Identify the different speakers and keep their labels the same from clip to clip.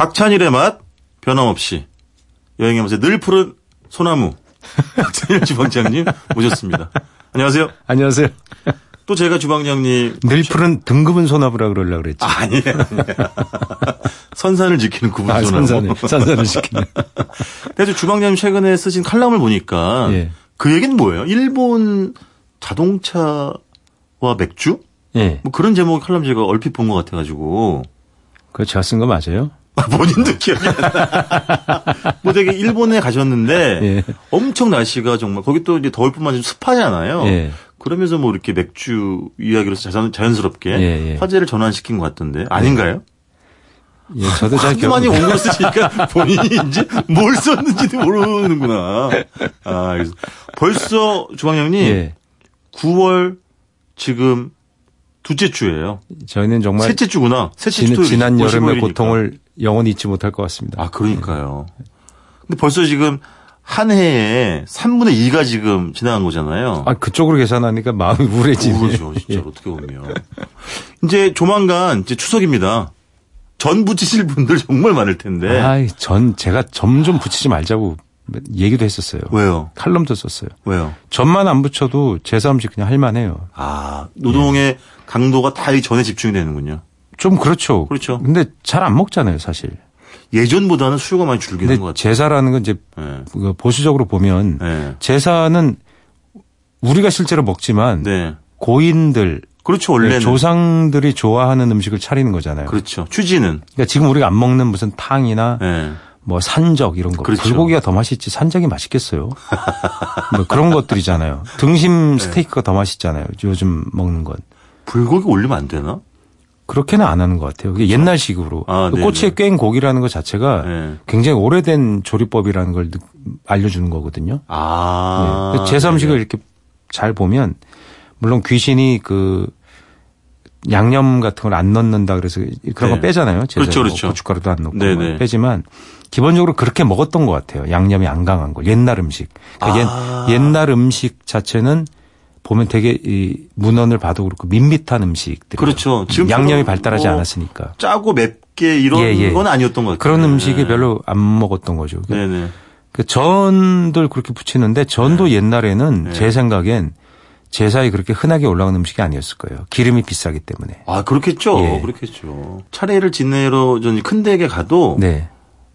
Speaker 1: 박찬일의 맛 변함없이 여행하면서 늘 푸른 소나무 박찬일 주방장님 모셨습니다. 안녕하세요.
Speaker 2: 안녕하세요.
Speaker 1: 또 제가 주방장님
Speaker 2: 늘 푸른 등급은 소나무라 그러려고 그랬지.
Speaker 1: 아, 아니에요. 아니에요. 선산을 지키는 구분
Speaker 2: 아,
Speaker 1: 소나무.
Speaker 2: 산산을, 산산을 시키네.
Speaker 1: 그래서 주방장님 최근에 쓰신 칼럼을 보니까
Speaker 2: 예.
Speaker 1: 그 얘기는 뭐예요? 일본 자동차와 맥주?
Speaker 2: 예.
Speaker 1: 뭐 그런 제목 칼럼 제가 얼핏 본 것 같아가지고
Speaker 2: 그거 제가 쓴 거 맞아요?
Speaker 1: 아, 본인도 기억이 안 나. 뭐 되게 일본에 가셨는데
Speaker 2: 예.
Speaker 1: 엄청 날씨가 정말 거기 또 이제 더울 뿐만 아니라 좀 습하잖아요.
Speaker 2: 예.
Speaker 1: 그러면서 뭐 이렇게 맥주 이야기로서 자연, 자연스럽게
Speaker 2: 예, 네. 예.
Speaker 1: 화제를 전환시킨 것 같던데 아닌가요?
Speaker 2: 예, 저도 잘
Speaker 1: 하도
Speaker 2: 기억
Speaker 1: 많이 원고를 쓰시니까 본인이 이제 뭘 썼는지도 모르는구나. 아, 그래서 벌써 주방장님
Speaker 2: 예.
Speaker 1: 9월 지금 두째 주예요.
Speaker 2: 저희는 정말
Speaker 1: 셋째 주구나. 셋째 주
Speaker 2: 지,
Speaker 1: 토요일
Speaker 2: 지난 여름의
Speaker 1: 55일이니까.
Speaker 2: 고통을 영원히 잊지 못할 것 같습니다.
Speaker 1: 아, 그러니까요. 근데 벌써 지금 한 해에 3분의 2가 지금 지나간 거잖아요.
Speaker 2: 아, 그쪽으로 계산하니까 마음이 우울해지네.
Speaker 1: 우울하죠, 진짜 로 어떻게 보면. 이제 조만간 이제 추석입니다. 전 부치실 분들 정말 많을 텐데.
Speaker 2: 아이, 전 제가 점 좀 붙이지 말자고 얘기도 했었어요.
Speaker 1: 왜요?
Speaker 2: 칼럼도 썼어요.
Speaker 1: 왜요?
Speaker 2: 점만 안 붙여도 제사음식 그냥 할만해요.
Speaker 1: 아, 노동의
Speaker 2: 예.
Speaker 1: 강도가 다 이 전에 집중이 되는군요.
Speaker 2: 좀 그렇죠.
Speaker 1: 그렇죠.
Speaker 2: 근데 잘 안 먹잖아요, 사실.
Speaker 1: 예전보다는 수요가 많이 줄긴
Speaker 2: 근데
Speaker 1: 한것 같아요.
Speaker 2: 제사라는 건 이제
Speaker 1: 예.
Speaker 2: 그 보수적으로 보면
Speaker 1: 예.
Speaker 2: 제사는 우리가 실제로 먹지만
Speaker 1: 네.
Speaker 2: 고인들 네,
Speaker 1: 그렇죠, 원래는.
Speaker 2: 조상들이 좋아하는 음식을 차리는 거잖아요. 그
Speaker 1: 그렇죠. 취지는.
Speaker 2: 러니까 지금 우리가 안 먹는 무슨 탕이나
Speaker 1: 예.
Speaker 2: 뭐 산적 이런 거
Speaker 1: 그렇죠.
Speaker 2: 불고기가 더 맛있지 산적이 맛있겠어요. 뭐 그런 것들이잖아요.
Speaker 1: 네.
Speaker 2: 등심 스테이크가 더 맛있잖아요. 요즘 먹는 건
Speaker 1: 불고기 올리면 안 되나?
Speaker 2: 그렇게는 안 하는 것 같아요. 그게 옛날식으로
Speaker 1: 아,
Speaker 2: 그
Speaker 1: 네네.
Speaker 2: 꼬치에 꽹 고기라는 것 자체가
Speaker 1: 네.
Speaker 2: 굉장히 오래된 조리법이라는 걸 느- 알려주는 거거든요.
Speaker 1: 아.
Speaker 2: 네. 제삼식을 이렇게 잘 보면 물론 귀신이 그 양념 같은 걸 안 넣는다 그래서 그런
Speaker 1: 네.
Speaker 2: 거 빼잖아요. 제사
Speaker 1: 그렇죠, 그렇죠.
Speaker 2: 고춧가루도 안 넣고
Speaker 1: 네네.
Speaker 2: 뭐 빼지만 기본적으로 그렇게 먹었던 것 같아요. 양념이 안 강한 걸 옛날 음식. 그러니까
Speaker 1: 아.
Speaker 2: 옛, 옛날 음식 자체는 보면 되게 이 문헌을 봐도 그렇고 밋밋한 음식들.
Speaker 1: 그렇죠. 지금
Speaker 2: 양념이
Speaker 1: 별로
Speaker 2: 발달하지
Speaker 1: 뭐
Speaker 2: 않았으니까
Speaker 1: 짜고 맵게 이런
Speaker 2: 예, 예.
Speaker 1: 건 아니었던 것 같아요.
Speaker 2: 그런 음식이
Speaker 1: 네.
Speaker 2: 별로 안 먹었던 거죠.
Speaker 1: 네네.
Speaker 2: 그 전들 그렇게 붙이는데 전도 옛날에는 제 생각엔 제사에 그렇게 흔하게 올라온 음식이 아니었을 거예요. 기름이 비싸기 때문에.
Speaker 1: 아, 그렇겠죠.
Speaker 2: 예.
Speaker 1: 그렇겠죠. 차례를 지내러 전큰 댁에 가도,
Speaker 2: 네.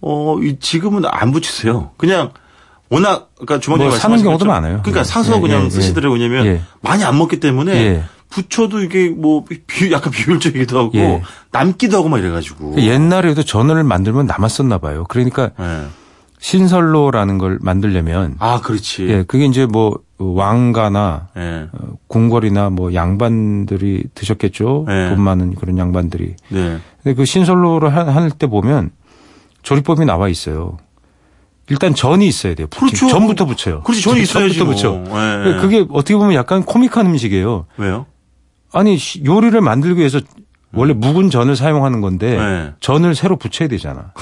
Speaker 1: 어, 이- 지금은 안 붙이세요. 그냥, 워낙, 그러니까 주방장님
Speaker 2: 뭐 사는
Speaker 1: 말씀하신
Speaker 2: 경우도
Speaker 1: 것처럼
Speaker 2: 많아요.
Speaker 1: 그러니까
Speaker 2: 예.
Speaker 1: 사서
Speaker 2: 예,
Speaker 1: 그냥
Speaker 2: 예,
Speaker 1: 쓰시더라고요. 왜냐면,
Speaker 2: 예.
Speaker 1: 많이 안 먹기 때문에,
Speaker 2: 예.
Speaker 1: 부쳐도 이게 뭐, 비, 약간 비효율적이기도 하고,
Speaker 2: 예.
Speaker 1: 남기도 하고 막 이래가지고.
Speaker 2: 그 옛날에도 전을 만들면 남았었나 봐요. 그러니까
Speaker 1: 예.
Speaker 2: 신설로라는 걸 만들려면
Speaker 1: 아, 그렇지.
Speaker 2: 예, 그게 이제 뭐 왕가나
Speaker 1: 예.
Speaker 2: 어, 궁궐이나 뭐 양반들이 드셨겠죠.
Speaker 1: 예.
Speaker 2: 돈 많은 그런 양반들이.
Speaker 1: 네.
Speaker 2: 근데 그 신설로를 하- 할때 보면 조리법이 나와 있어요. 일단 전이 있어야 돼요. 부침.
Speaker 1: 그렇죠.
Speaker 2: 전부터 붙여요.
Speaker 1: 그렇지, 전이 있어야지.
Speaker 2: 전부터
Speaker 1: 뭐.
Speaker 2: 붙여.
Speaker 1: 예.
Speaker 2: 그게 어떻게 보면 약간 코믹한 음식이에요.
Speaker 1: 왜요?
Speaker 2: 아니 시- 요리를 만들기 위해서
Speaker 1: 음.
Speaker 2: 원래 묵은 전을 사용하는 건데
Speaker 1: 네.
Speaker 2: 전을 새로 붙여야 되잖아.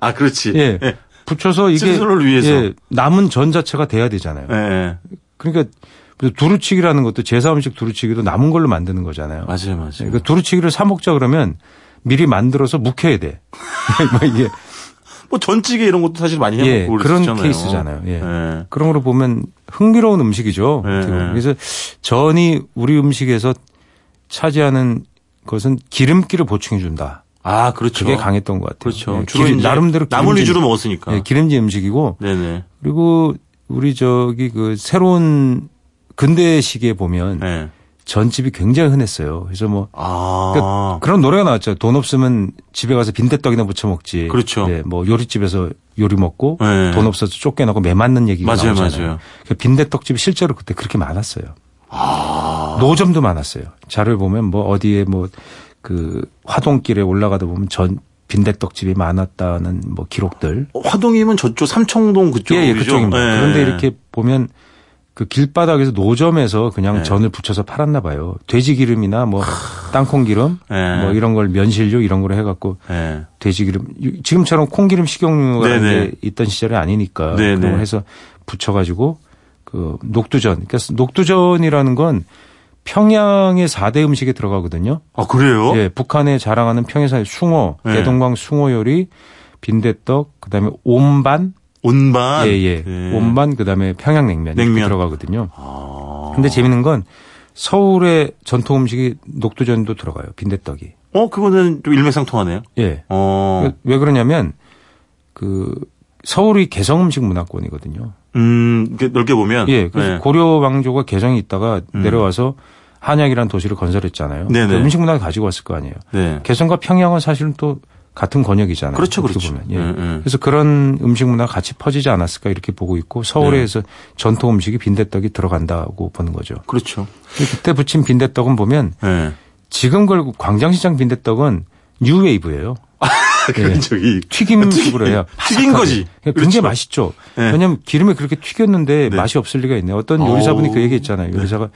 Speaker 1: 아, 그렇지.
Speaker 2: 예.
Speaker 1: 예.
Speaker 2: 붙여서 이게 예,
Speaker 1: 스스로를 위해서.
Speaker 2: 남은 전 자체가 돼야 되잖아요.
Speaker 1: 예, 예.
Speaker 2: 그러니까 두루치기라는 것도 제사 음식 두루치기도 남은 걸로 만드는 거잖아요.
Speaker 1: 맞아요, 맞아요.
Speaker 2: 그 두루치기를 사 먹자 그러면 미리 만들어서 묵혀야 돼. 뭐 이게
Speaker 1: 뭐 전찌개 이런 것도 사실 많이
Speaker 2: 예,
Speaker 1: 해먹고
Speaker 2: 그런
Speaker 1: 그랬잖아요.
Speaker 2: 케이스잖아요. 예.
Speaker 1: 예.
Speaker 2: 그런 걸로 보면 흥미로운 음식이죠.
Speaker 1: 예,
Speaker 2: 어떻게 보면.
Speaker 1: 예.
Speaker 2: 그래서 전이 우리 음식에서 차지하는 것은 기름기를 보충해 준다.
Speaker 1: 아, 그렇죠.
Speaker 2: 그게 강했던 것 같아요.
Speaker 1: 그렇죠.
Speaker 2: 예,
Speaker 1: 주로
Speaker 2: 기름-
Speaker 1: 이제
Speaker 2: 나름대로
Speaker 1: 나물
Speaker 2: 기름진-
Speaker 1: 위주로 먹었으니까.
Speaker 2: 예, 기름진 음식이고
Speaker 1: 네네.
Speaker 2: 그리고 우리 저기 그 새로운 근대 시기에 보면
Speaker 1: 예.
Speaker 2: 전집이 굉장히 흔했어요. 그래서 뭐
Speaker 1: 아.
Speaker 2: 그러니까 그런 노래가 나왔죠. 돈 없으면 집에 가서 빈대떡이나 부쳐 먹지.
Speaker 1: 그렇죠.
Speaker 2: 예, 뭐 요리집에서 요리 먹고
Speaker 1: 네.
Speaker 2: 돈 없어서 쫓겨나고 매 맞는 얘기가
Speaker 1: 맞아요,
Speaker 2: 나오잖아요.
Speaker 1: 맞아요.
Speaker 2: 그 빈대떡집이 실제로 그때 그렇게 많았어요.
Speaker 1: 아.
Speaker 2: 노점도 많았어요. 자료를 보면 뭐 어디에 뭐 그 화동길에 올라가다 보면 전 빈대떡집이 많았다는 뭐 기록들.
Speaker 1: 어, 화동이면 저쪽 삼청동 그쪽.
Speaker 2: 예, 예,
Speaker 1: 이죠?
Speaker 2: 그쪽입니다.
Speaker 1: 예.
Speaker 2: 그런데 이렇게 보면 그 길바닥에서 노점에서
Speaker 1: 네.
Speaker 2: 그냥 전을 붙여서 팔았나 봐요. 돼지 기름이나 뭐 땅콩 기름
Speaker 1: 예.
Speaker 2: 뭐 이런 걸 면실료 이런 걸 해갖고
Speaker 1: 예.
Speaker 2: 돼지 기름 유- 지금처럼 콩기름 식용유가
Speaker 1: 네네.
Speaker 2: 게 있던 시절이 아니니까
Speaker 1: 네네.
Speaker 2: 그런 걸 해서 붙여가지고 그 녹두전 그러니까 녹두전이라는 건 평양의 4대 음식에 들어가거든요.
Speaker 1: 아 그래요?
Speaker 2: 예, 북한에 자랑하는 평해사의 숭어,
Speaker 1: 예.
Speaker 2: 대동강 숭어 요리, 빈대떡, 그다음에 옴반,
Speaker 1: 온반.
Speaker 2: 예, 예, 옴반, 그다음에 평양냉면 이렇게
Speaker 1: 아, 네. 냉면.
Speaker 2: 들어가거든요.
Speaker 1: 아.
Speaker 2: 근데 재밌는 건 서울의 전통 음식이 녹두전도 들어가요. 빈대떡이.
Speaker 1: 어 그거는 좀 일맥상통하네요.
Speaker 2: 예.
Speaker 1: 어.
Speaker 2: 왜- 왜 그러냐면 그 서울이 개성 음식 문화권이거든요.
Speaker 1: 음 이렇게 넓게 보면.
Speaker 2: 예, 그래서
Speaker 1: 네.
Speaker 2: 고려 왕조가 개성에 있다가
Speaker 1: 음.
Speaker 2: 내려와서 한양이라는 도시를 건설했잖아요.
Speaker 1: 네네.
Speaker 2: 그러니까 음식 문화를 가지고 왔을 거 아니에요.
Speaker 1: 네.
Speaker 2: 개성과 평양은 사실은 또 같은 권역이잖아요.
Speaker 1: 그렇죠,
Speaker 2: 어떻게
Speaker 1: 그렇죠.
Speaker 2: 보면. 예.
Speaker 1: 예, 예.
Speaker 2: 그래서 그런 음식 문화가 같이 퍼지지 않았을까 이렇게 보고 있고
Speaker 1: 네.
Speaker 2: 서울에서 전통 음식이 빈대떡이 들어간다고 보는 거죠.
Speaker 1: 그렇죠.
Speaker 2: 근데 그때 붙인 빈대떡은 보면
Speaker 1: 예.
Speaker 2: 지금 걸 광장시장 빈대떡은 뉴웨이브예요.
Speaker 1: 그런 적이.
Speaker 2: 튀김식으로 해요.
Speaker 1: 아, 튀긴
Speaker 2: 바삭하게.
Speaker 1: 거지.
Speaker 2: 그러니까
Speaker 1: 그렇죠.
Speaker 2: 굉장히 맛있죠.
Speaker 1: 네.
Speaker 2: 왜냐하면 기름에 그렇게 튀겼는데
Speaker 1: 네.
Speaker 2: 맛이 없을 리가 있네. 요 어떤
Speaker 1: 어우. 네.
Speaker 2: 요리사분이 그 얘기 했잖아요. 요리사가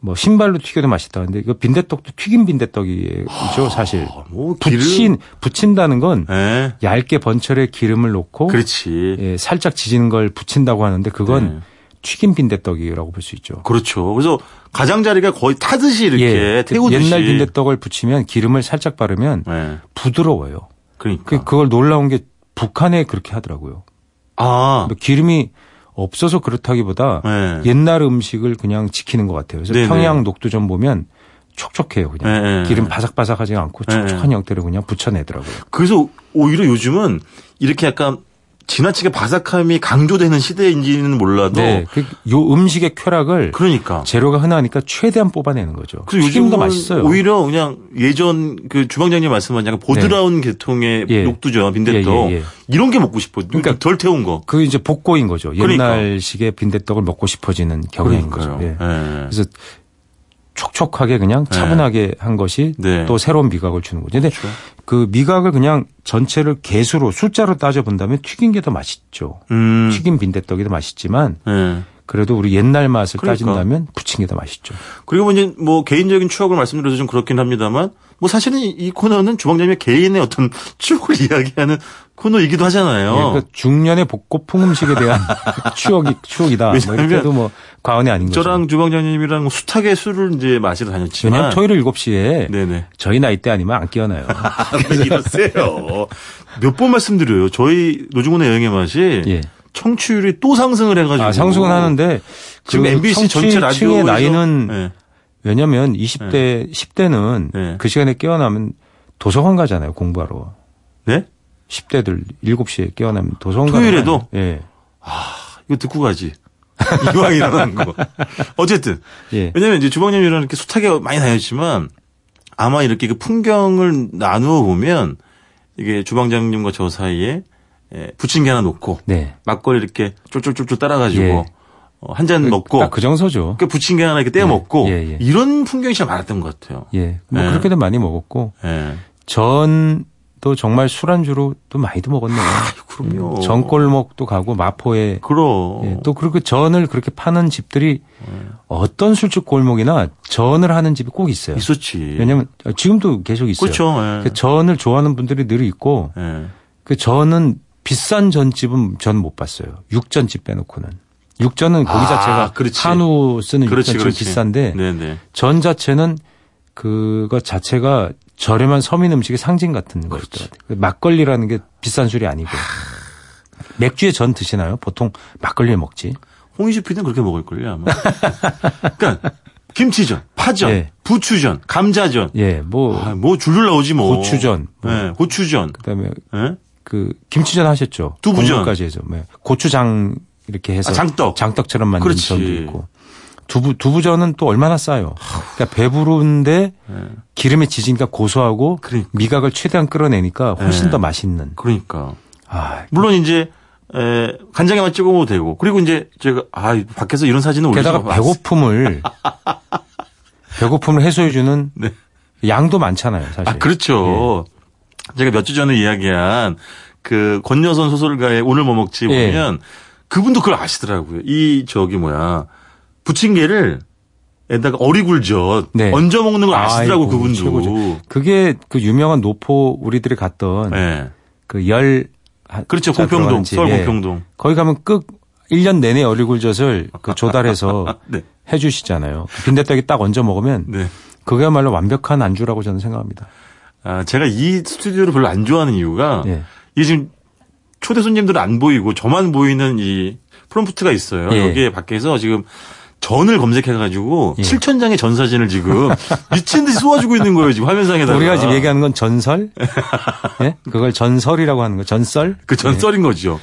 Speaker 2: 뭐 신발로 튀겨도 맛있다. 근데 이거 빈대떡도 튀긴 빈대떡이죠, 사실.
Speaker 1: 아, 뭐 기름.
Speaker 2: 붙인 붙인다는 건
Speaker 1: 예.
Speaker 2: 얇게 번철에 기름을 놓고
Speaker 1: 그렇지.
Speaker 2: 예, 살짝 지지는 걸 붙인다고 하는데 그건
Speaker 1: 네.
Speaker 2: 튀긴 빈대떡이라고 볼 수 있죠.
Speaker 1: 그렇죠. 그래서 가장자리가 거의 타듯이 이렇게
Speaker 2: 예, 그
Speaker 1: 태우듯이.
Speaker 2: 옛날 빈대떡을 붙이면 기름을 살짝 바르면
Speaker 1: 예.
Speaker 2: 부드러워요. 그
Speaker 1: 그러니까.
Speaker 2: 그걸 놀라운 게 북한에 그렇게 하더라고요.
Speaker 1: 아.
Speaker 2: 뭐 기름이 없어서 그렇다기보다
Speaker 1: 예.
Speaker 2: 옛날 음식을 그냥 지키는 것 같아요. 그래서
Speaker 1: 네네.
Speaker 2: 평양 녹두전 보면 촉촉해요. 그냥
Speaker 1: 예, 예.
Speaker 2: 기름 바삭바삭하지 않고
Speaker 1: 네,
Speaker 2: 촉촉한 형태로 그냥 붙여내더라고요.
Speaker 1: 그래서 오히려 요즘은 이렇게 약간 지나치게 바삭함이 강조되는 시대인지는 몰라도
Speaker 2: 네, 그 요 음식의 쾌락을
Speaker 1: 어. 그러니까
Speaker 2: 재료가 흔하니까 최대한 뽑아내는 거죠.
Speaker 1: 그래서
Speaker 2: 튀김도
Speaker 1: 요즘은
Speaker 2: 맛있어요.
Speaker 1: 오히려 그냥 예전 그 주방장님 말씀한 약간 보드라운 계통의
Speaker 2: 예.
Speaker 1: 녹두전 빈대떡
Speaker 2: 예, 예, 예.
Speaker 1: 이런 게 먹고 싶어. 그러니까
Speaker 2: 그러니까
Speaker 1: 덜 태운 거.
Speaker 2: 그 이제 복고인 거죠.
Speaker 1: 그러니까.
Speaker 2: 옛날식의 빈대떡을 먹고 싶어지는 경향인
Speaker 1: 그러니까요.
Speaker 2: 거죠. 예.
Speaker 1: 예.
Speaker 2: 그래서 촉촉하게 그냥 차분하게 한 것이
Speaker 1: 네.
Speaker 2: 또 새로운 미각을 주는 거죠. 근데
Speaker 1: 그렇죠.
Speaker 2: 그 미각을 그냥 전체를 개수로 숫자로 따져 본다면 튀긴 게 더 맛있죠.
Speaker 1: 음.
Speaker 2: 튀긴 빈대떡이 더 맛있지만
Speaker 1: 예.
Speaker 2: 그래도 우리 옛날 맛을
Speaker 1: 그러니까.
Speaker 2: 따진다면 부친 게 더 맛있죠.
Speaker 1: 그리고 뭐 이제 뭐 개인적인 추억을 말씀드려서 좀 그렇긴 합니다만 뭐 사실은 이- 이 코너는 주방장님의 개인의 어떤 추억을 이야기하는 코너이기도 하잖아요.
Speaker 2: 예, 그러니까 중년의 복고풍 음식에 대한 추억이 추억이다. 뭐
Speaker 1: 왜냐하면
Speaker 2: 이렇게도 뭐 과언이 아닌 거죠.
Speaker 1: 저랑 주방장님이랑 뭐 숱하게 술을 이제 마시러 다녔지만
Speaker 2: 왜냐하면 토요일 7시에
Speaker 1: 네네.
Speaker 2: 저희 나이 때 아니면 안 끼어나요.
Speaker 1: 이러세요. 몇 번 말씀드려요. 저희 노중훈의 여행의 맛이
Speaker 2: 예.
Speaker 1: 청취율이 또 상승을 해가지고.
Speaker 2: 아, 상승은 하는데
Speaker 1: 지금
Speaker 2: 그
Speaker 1: MBC 전체
Speaker 2: 청취층의
Speaker 1: 라디오의
Speaker 2: 나이는
Speaker 1: 네.
Speaker 2: 왜냐면 20대, 10대는
Speaker 1: 네.
Speaker 2: 그 시간에 깨어나면 도서관 가잖아요, 공부하러.
Speaker 1: 네?
Speaker 2: 10대들 7시에 깨어나면 도서관
Speaker 1: 토요일에도?
Speaker 2: 가잖아요. 예.
Speaker 1: 이거 듣고 가지. 이왕 일어나는 거. 어쨌든
Speaker 2: 예.
Speaker 1: 왜냐면 이제 주방님이랑 이렇게 숱하게 많이 다녔지만 아마 이렇게 그 풍경을 나누어 보면 이게 주방장님과 저 사이에 예, 부침개 하나 놓고
Speaker 2: 네.
Speaker 1: 막걸리 이렇게 쫄쫄쫄쫄 따라가지고 어,
Speaker 2: 예.
Speaker 1: 한 잔 먹고
Speaker 2: 딱 그 정서죠.
Speaker 1: 그 부침개 하나 이렇게 떼어
Speaker 2: 예,
Speaker 1: 먹고
Speaker 2: 예, 예.
Speaker 1: 이런 풍경이 참 많았던 것 같아요.
Speaker 2: 예. 뭐
Speaker 1: 예.
Speaker 2: 그렇게도 많이 먹었고
Speaker 1: 예.
Speaker 2: 전도 정말 술안주로도 많이도 먹었네요.
Speaker 1: 아, 그럼요.
Speaker 2: 음, 전골목도 가고 마포에
Speaker 1: 그럼.
Speaker 2: 예, 또 그렇게 전을 그렇게 파는 집들이
Speaker 1: 네.
Speaker 2: 어떤 술집 골목이나 전을 하는 집이 꼭 있어요.
Speaker 1: 있었지.
Speaker 2: 왜냐면 하 지금도 계속 있어요.
Speaker 1: 그렇죠. 예.
Speaker 2: 그 전을 좋아하는 분들이 늘 있고
Speaker 1: 예.
Speaker 2: 그 전은 비싼 전집은 전 못 봤어요. 육전집 빼놓고는. 육전은 고기
Speaker 1: 아,
Speaker 2: 자체가
Speaker 1: 그렇지.
Speaker 2: 한우 쓰는
Speaker 1: 그렇지,
Speaker 2: 육전집
Speaker 1: 그렇지.
Speaker 2: 비싼데
Speaker 1: 네네.
Speaker 2: 전 자체는 그거 자체가 저렴한 서민 음식의 상징 같은 거였더라고요. 그 막걸리라는 게 비싼 술이 아니고 맥주에 전 드시나요? 보통 막걸리에 먹지.
Speaker 1: 홍희식 PD는 그렇게 먹을걸요, 아마. 그러니까, 김치전, 파전,
Speaker 2: 예.
Speaker 1: 부추전, 감자전.
Speaker 2: 예, 뭐
Speaker 1: 아, 뭐 줄줄 나오지 뭐.
Speaker 2: 고추전. 뭐
Speaker 1: 예, 고추전.
Speaker 2: 그다음에
Speaker 1: 예?
Speaker 2: 그 김치전 하셨죠.
Speaker 1: 두부전.
Speaker 2: 국물까지 해서 네. 고추장 이렇게 해서
Speaker 1: 아, 장떡.
Speaker 2: 처럼 만든
Speaker 1: 그렇지.
Speaker 2: 전도 있고 두부 두부전은 또 얼마나 싸요. 그러니까 배부른데
Speaker 1: 예.
Speaker 2: 기름에 지지니까 고소하고
Speaker 1: 그러니까.
Speaker 2: 미각을 최대한 끌어내니까 훨씬
Speaker 1: 네.
Speaker 2: 더 맛있는.
Speaker 1: 그러니까.
Speaker 2: 아,
Speaker 1: 물론 이제, 에, 간장에만 찍어 먹어도 되고. 그리고 이제 제가, 아, 밖에서 이런 사진은 올리지
Speaker 2: 게다가
Speaker 1: 않았어요.
Speaker 2: 배고픔을 배고픔을 해소해주는
Speaker 1: 네.
Speaker 2: 양도 많잖아요. 사실. 예.
Speaker 1: 아, 그렇죠. 제가 몇 주 전에 이야기한 그 권여선 소설가의 오늘 뭐 먹지
Speaker 2: 예.
Speaker 1: 보면 그분도 그걸 아시더라고요. 이 저기 뭐야 부침개를 에다가 어리굴젓
Speaker 2: 네.
Speaker 1: 얹어 먹는 걸 아시더라고
Speaker 2: 아이고,
Speaker 1: 그분도.
Speaker 2: 최고죠. 그게 그 유명한 노포 우리들이 갔던
Speaker 1: 예.
Speaker 2: 그열
Speaker 1: 그렇죠.
Speaker 2: 예.
Speaker 1: 공평동, 서울 공평동.
Speaker 2: 거기 가면 끝 1년 내내 어리굴젓을 그 조달해서
Speaker 1: 네.
Speaker 2: 해주시잖아요. 그 빈대떡이 딱 얹어 먹으면
Speaker 1: 네.
Speaker 2: 그야말로 완벽한 안주라고 저는 생각합니다.
Speaker 1: 아, 제가 이 스튜디오를 별로 안 좋아하는 이유가
Speaker 2: 예.
Speaker 1: 이게 지금 초대 손님들은 안 보이고 저만 보이는 이 프롬프트가 있어요.
Speaker 2: 예.
Speaker 1: 여기에 밖에서 지금 전을 검색해가지고
Speaker 2: 예.
Speaker 1: 7천 장의 전 사진을 지금 미친 듯이 쏘아주고 있는 거예요 지금 화면상에다가. 아.
Speaker 2: 우리가 지금 얘기하는 건 전설, 예? 그걸 전설이라고 하는 거, 전설.
Speaker 1: 그 전썰인 거죠.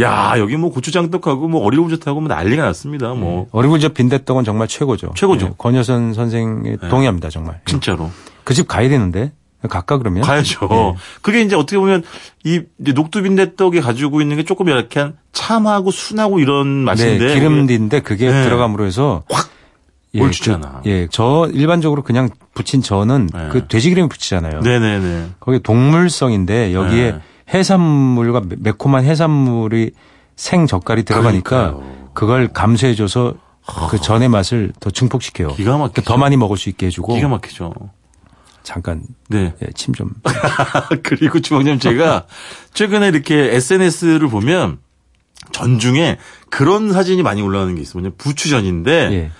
Speaker 1: 야 여기 뭐 고추장떡하고 뭐 어리고부젓하고 뭐 난리가 났습니다. 뭐
Speaker 2: 어리굴젓 빈대떡은 정말 최고죠.
Speaker 1: 최고죠. 네.
Speaker 2: 예, 권여선 선생의 동의합니다, 정말.
Speaker 1: 진짜로
Speaker 2: 그 집 가야 되는데 갈까 그러면? 네,
Speaker 1: 가야죠.
Speaker 2: 예.
Speaker 1: 그게 이제 어떻게 보면 이 이제 녹두빈대떡이 가지고 있는 게 조금 약간 참하고 순하고 이런
Speaker 2: 네,
Speaker 1: 맛인데
Speaker 2: 기름딘데 그게
Speaker 1: 네.
Speaker 2: 들어감으로 해서
Speaker 1: 확
Speaker 2: 예,
Speaker 1: 몰추잖아.
Speaker 2: 그, 예, 저 일반적으로 그냥 붙인 저는
Speaker 1: 네.
Speaker 2: 그 돼지 기름이 붙이잖아요.
Speaker 1: 네네네.
Speaker 2: 거기 동물성인데 여기에
Speaker 1: 네.
Speaker 2: 해산물과 매- 매콤한 해산물이 생젓갈이 들어가니까
Speaker 1: 그러니까요. 아.
Speaker 2: 그걸 감쇄해줘서 그 전의 맛을 더 증폭시켜요. 그러니까
Speaker 1: 기가 막히죠.
Speaker 2: 더 많이 먹을 수 있게 해주고
Speaker 1: 기가 막히죠.
Speaker 2: 잠깐 예,
Speaker 1: 네.
Speaker 2: 침 좀.
Speaker 1: 그리고 주방장님 제가 최근에 이렇게 SNS를 보면 전중에 그런 사진이 많이 올라오는 게 있어요. 뭐냐 부추전인데
Speaker 2: 예.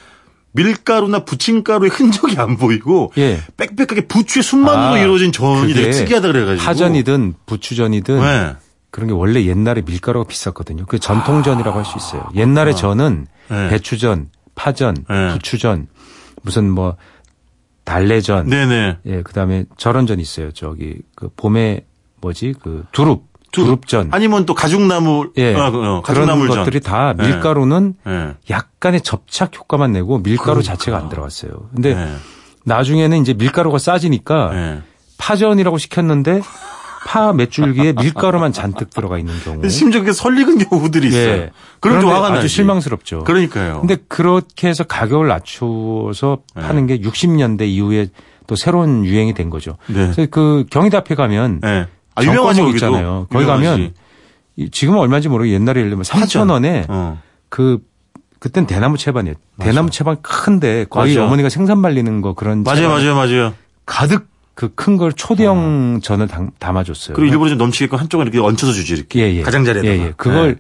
Speaker 1: 밀가루나 부침가루의 흔적이 안 보이고
Speaker 2: 예.
Speaker 1: 빽빽하게 부추의 순만으로
Speaker 2: 아,
Speaker 1: 이루어진 전이 되게
Speaker 2: 그게
Speaker 1: 특이하다 그래가지고
Speaker 2: 파전이든 부추전이든
Speaker 1: 네.
Speaker 2: 그런 게 원래 옛날에 밀가루가 비쌌거든요. 그 전통전이라고 할 수 있어요. 옛날에 전은
Speaker 1: 아. 네.
Speaker 2: 배추전, 파전,
Speaker 1: 네.
Speaker 2: 부추전, 무슨 뭐 달래전,
Speaker 1: 네네.
Speaker 2: 예, 그다음에 저런전 있어요. 저기 그 봄에 뭐지 그 두릅,
Speaker 1: 두릅.
Speaker 2: 두릅전,
Speaker 1: 아니면 또 가죽나물,
Speaker 2: 예,
Speaker 1: 아, 그, 어,
Speaker 2: 그런
Speaker 1: 가죽나물전.
Speaker 2: 것들이 다
Speaker 1: 네.
Speaker 2: 밀가루는
Speaker 1: 예.
Speaker 2: 약간의 접착 효과만 내고 밀가루
Speaker 1: 그러니까.
Speaker 2: 자체가 안 들어갔어요. 근데
Speaker 1: 예.
Speaker 2: 나중에는 이제 밀가루가 싸지니까
Speaker 1: 예.
Speaker 2: 파전이라고 시켰는데 파 맷줄기에 밀가루만 잔뜩 들어가 있는 경우.
Speaker 1: 심지어 그게 설익은 경우들이 있어요.
Speaker 2: 예.
Speaker 1: 그럼 또
Speaker 2: 그런데
Speaker 1: 화가 나지.
Speaker 2: 아주 실망스럽죠.
Speaker 1: 그러니까요.
Speaker 2: 근데 그렇게 해서 가격을 낮추어서
Speaker 1: 네.
Speaker 2: 파는 게 60년대 이후에 또 새로운 유행이 된 거죠.
Speaker 1: 네.
Speaker 2: 그래서 그 경희답에 가면
Speaker 1: 예. 아,
Speaker 2: 정과목
Speaker 1: 유명하죠, 거기도.
Speaker 2: 있잖아요. 거기 가면 이- 지금은 얼마인지 모르고 옛날에 예를 들면 3천 원에
Speaker 1: 어.
Speaker 2: 그 그땐 대나무 채반이에요.
Speaker 1: 맞아.
Speaker 2: 대나무 채반 큰데 거의
Speaker 1: 맞아.
Speaker 2: 어머니가 생선 말리는 거 그런
Speaker 1: 맞아요,
Speaker 2: 채반에
Speaker 1: 맞아요, 맞아요.
Speaker 2: 가득 그 큰 걸 초대형 전을 담- 담아줬어요.
Speaker 1: 그리고 일부러 좀 넘치게끔 한쪽은 이렇게 얹혀서 주지, 이렇게.
Speaker 2: 네. 예, 예.
Speaker 1: 가장자리에다가. 네.
Speaker 2: 예, 예. 그걸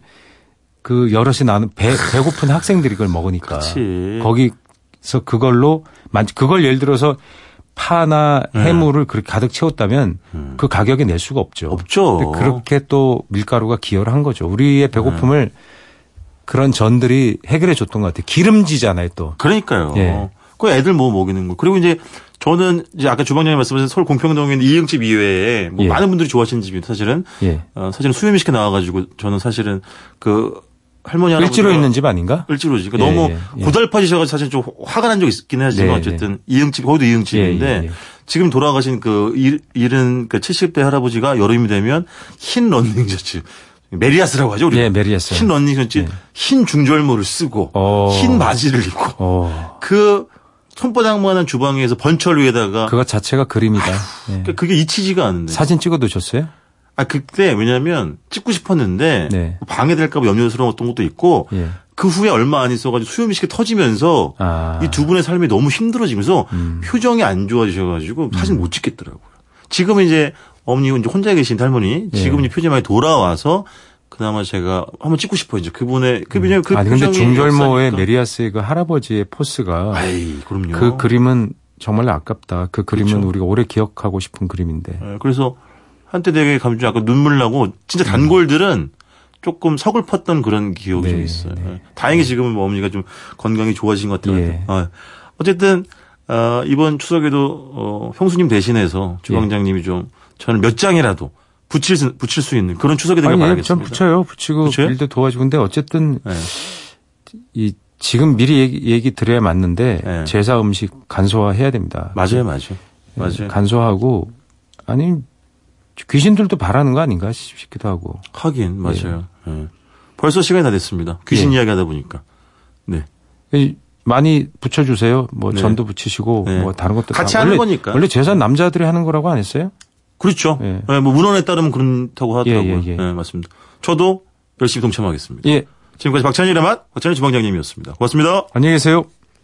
Speaker 2: 그 여럿이 나는 배, 배고픈 학생들이 그걸 먹으니까.
Speaker 1: 그렇지.
Speaker 2: 거기서 그걸로 만 그걸 예를 들어서 파나
Speaker 1: 네.
Speaker 2: 해물을 그렇게 가득 채웠다면
Speaker 1: 음.
Speaker 2: 그 가격에 낼 수가 없죠.
Speaker 1: 없죠.
Speaker 2: 근데 그렇게 또 밀가루가 기여를 한 거죠. 우리의 배고픔을 그런 전들이 해결해 줬던 것 같아요. 기름지잖아요, 또.
Speaker 1: 그러니까요.
Speaker 2: 예.
Speaker 1: 그 애들 뭐 먹이는 거. 그리고 이제 저는 이제 아까 주방장님 말씀하신 서울 공평동에 있는 이응집 이외에 뭐
Speaker 2: 예.
Speaker 1: 많은 분들이 좋아하시는 집이 사실은
Speaker 2: 예.
Speaker 1: 어, 사실은 수요미식회 나와가지고 저는 사실은 그 할머니 할아버지
Speaker 2: 을지로 있는 집 아닌가?
Speaker 1: 을지로지. 그러니까
Speaker 2: 예,
Speaker 1: 너무
Speaker 2: 예, 예.
Speaker 1: 고달파지셔가지고 사실 좀 화가 난 적이 있긴 하지만
Speaker 2: 네,
Speaker 1: 어쨌든 이응집 거기도 이응집인데
Speaker 2: 예, 예, 예.
Speaker 1: 지금 돌아가신 그 일- 일은 그 70대 할아버지가 여름이 되면 흰 러닝 셔츠 메리아스라고 하죠. 우리
Speaker 2: 예, 메리아스. 네.
Speaker 1: 흰 러닝 셔츠 흰 중절모를 쓰고
Speaker 2: 어.
Speaker 1: 흰 바지를 입고
Speaker 2: 어.
Speaker 1: 그 손바닥만한 주방에서 번철 위에다가
Speaker 2: 그거 자체가 그림이다. 예.
Speaker 1: 그게 잊히지가 않은데.
Speaker 2: 사진 찍어 두셨어요?
Speaker 1: 아 그때 왜냐하면 찍고 싶었는데
Speaker 2: 네.
Speaker 1: 방해될까 봐 염려스러웠던 것도 있고
Speaker 2: 예.
Speaker 1: 그 후에 얼마 안 있어가지고 수요미식이 터지면서
Speaker 2: 아.
Speaker 1: 이 두 분의 삶이 너무 힘들어지면서
Speaker 2: 음.
Speaker 1: 표정이 안 좋아지셔가지고 사진 못 찍겠더라고요. 지금 이제 어머니 이제 혼자 계신 할머니
Speaker 2: 예.
Speaker 1: 지금 이제 표정이 많이 돌아와서 그나마 제가 한번 찍고 싶어요. 이제 그분의 그 왜냐면 그
Speaker 2: 음. 아니 근데
Speaker 1: 표정이
Speaker 2: 중절모의
Speaker 1: 역사니까.
Speaker 2: 메리아스의 그 할아버지의 포스가
Speaker 1: 아이 그럼요.
Speaker 2: 그 그림은 정말 아깝다. 그 그림은
Speaker 1: 그렇죠.
Speaker 2: 우리가 오래 기억하고 싶은 그림인데.
Speaker 1: 예, 그래서 한때 되게 감정 약간 눈물 나고 진짜
Speaker 2: 음.
Speaker 1: 단골들은 조금 서글펐던 그런 기억이 좀
Speaker 2: 네,
Speaker 1: 있어요. 예. 다행히 지금은 뭐 어머니가 좀 건강이 좋아진 것 같아요.
Speaker 2: 예.
Speaker 1: 어. 어쨌든 어, 이번 추석에도 어, 형수님
Speaker 2: 예.
Speaker 1: 대신해서 주방장님이 좀 저는 몇 장이라도 붙일 수, 붙일 수 있는 그런 추석이 되길
Speaker 2: 아니, 예, 전
Speaker 1: 바라겠습니다.
Speaker 2: 붙여요. 붙이고
Speaker 1: 붙여요?
Speaker 2: 일도 도와주고 근데 어쨌든
Speaker 1: 예.
Speaker 2: 이 지금 미리 얘기, 얘기 드려야 맞는데
Speaker 1: 네.
Speaker 2: 제사 음식 간소화 해야 됩니다.
Speaker 1: 맞아요, 맞아요,
Speaker 2: 예,
Speaker 1: 맞아요.
Speaker 2: 간소화하고 아니 귀신들도 바라는 거 아닌가 싶기도 하고.
Speaker 1: 하긴 맞아요. 예. 벌써 시간이 다 됐습니다. 귀신
Speaker 2: 예.
Speaker 1: 이야기하다 보니까. 네.
Speaker 2: 이- 많이 붙여주세요. 뭐
Speaker 1: 네.
Speaker 2: 전도 붙이시고
Speaker 1: 네.
Speaker 2: 뭐 다른 것도
Speaker 1: 같이
Speaker 2: 다.
Speaker 1: 하는
Speaker 2: 원래-
Speaker 1: 거니까.
Speaker 2: 원래 제사 는 남자들이 하는 거라고 안 했어요?
Speaker 1: 그렇죠.
Speaker 2: 예.
Speaker 1: 예, 뭐 문헌에 따르면 그렇다고 하더라고요.
Speaker 2: 예, 예, 예.
Speaker 1: 예, 맞습니다. 저도 열심히 동참하겠습니다.
Speaker 2: 예.
Speaker 1: 지금까지 박찬일의 맛, 박찬일 주방장님이었습니다. 고맙습니다.
Speaker 2: 안녕히 계세요.